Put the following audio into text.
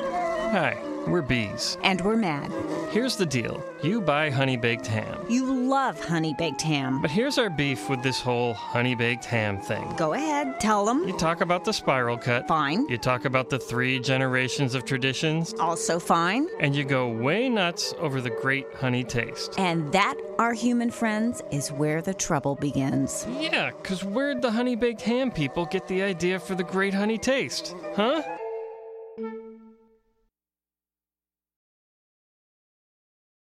Hi, we're bees. And we're mad. Here's the deal you buy honey baked ham. You love honey baked ham. But here's our beef with this whole honey baked ham thing. Go ahead, tell them. You talk about the spiral cut, Fine. you talk about the three generations of traditions, Also fine. and you go way nuts over the great honey taste. And that, our human friends, is where the trouble begins. Yeah, 'cause where'd the honey baked ham people get the idea for the great honey taste? Huh?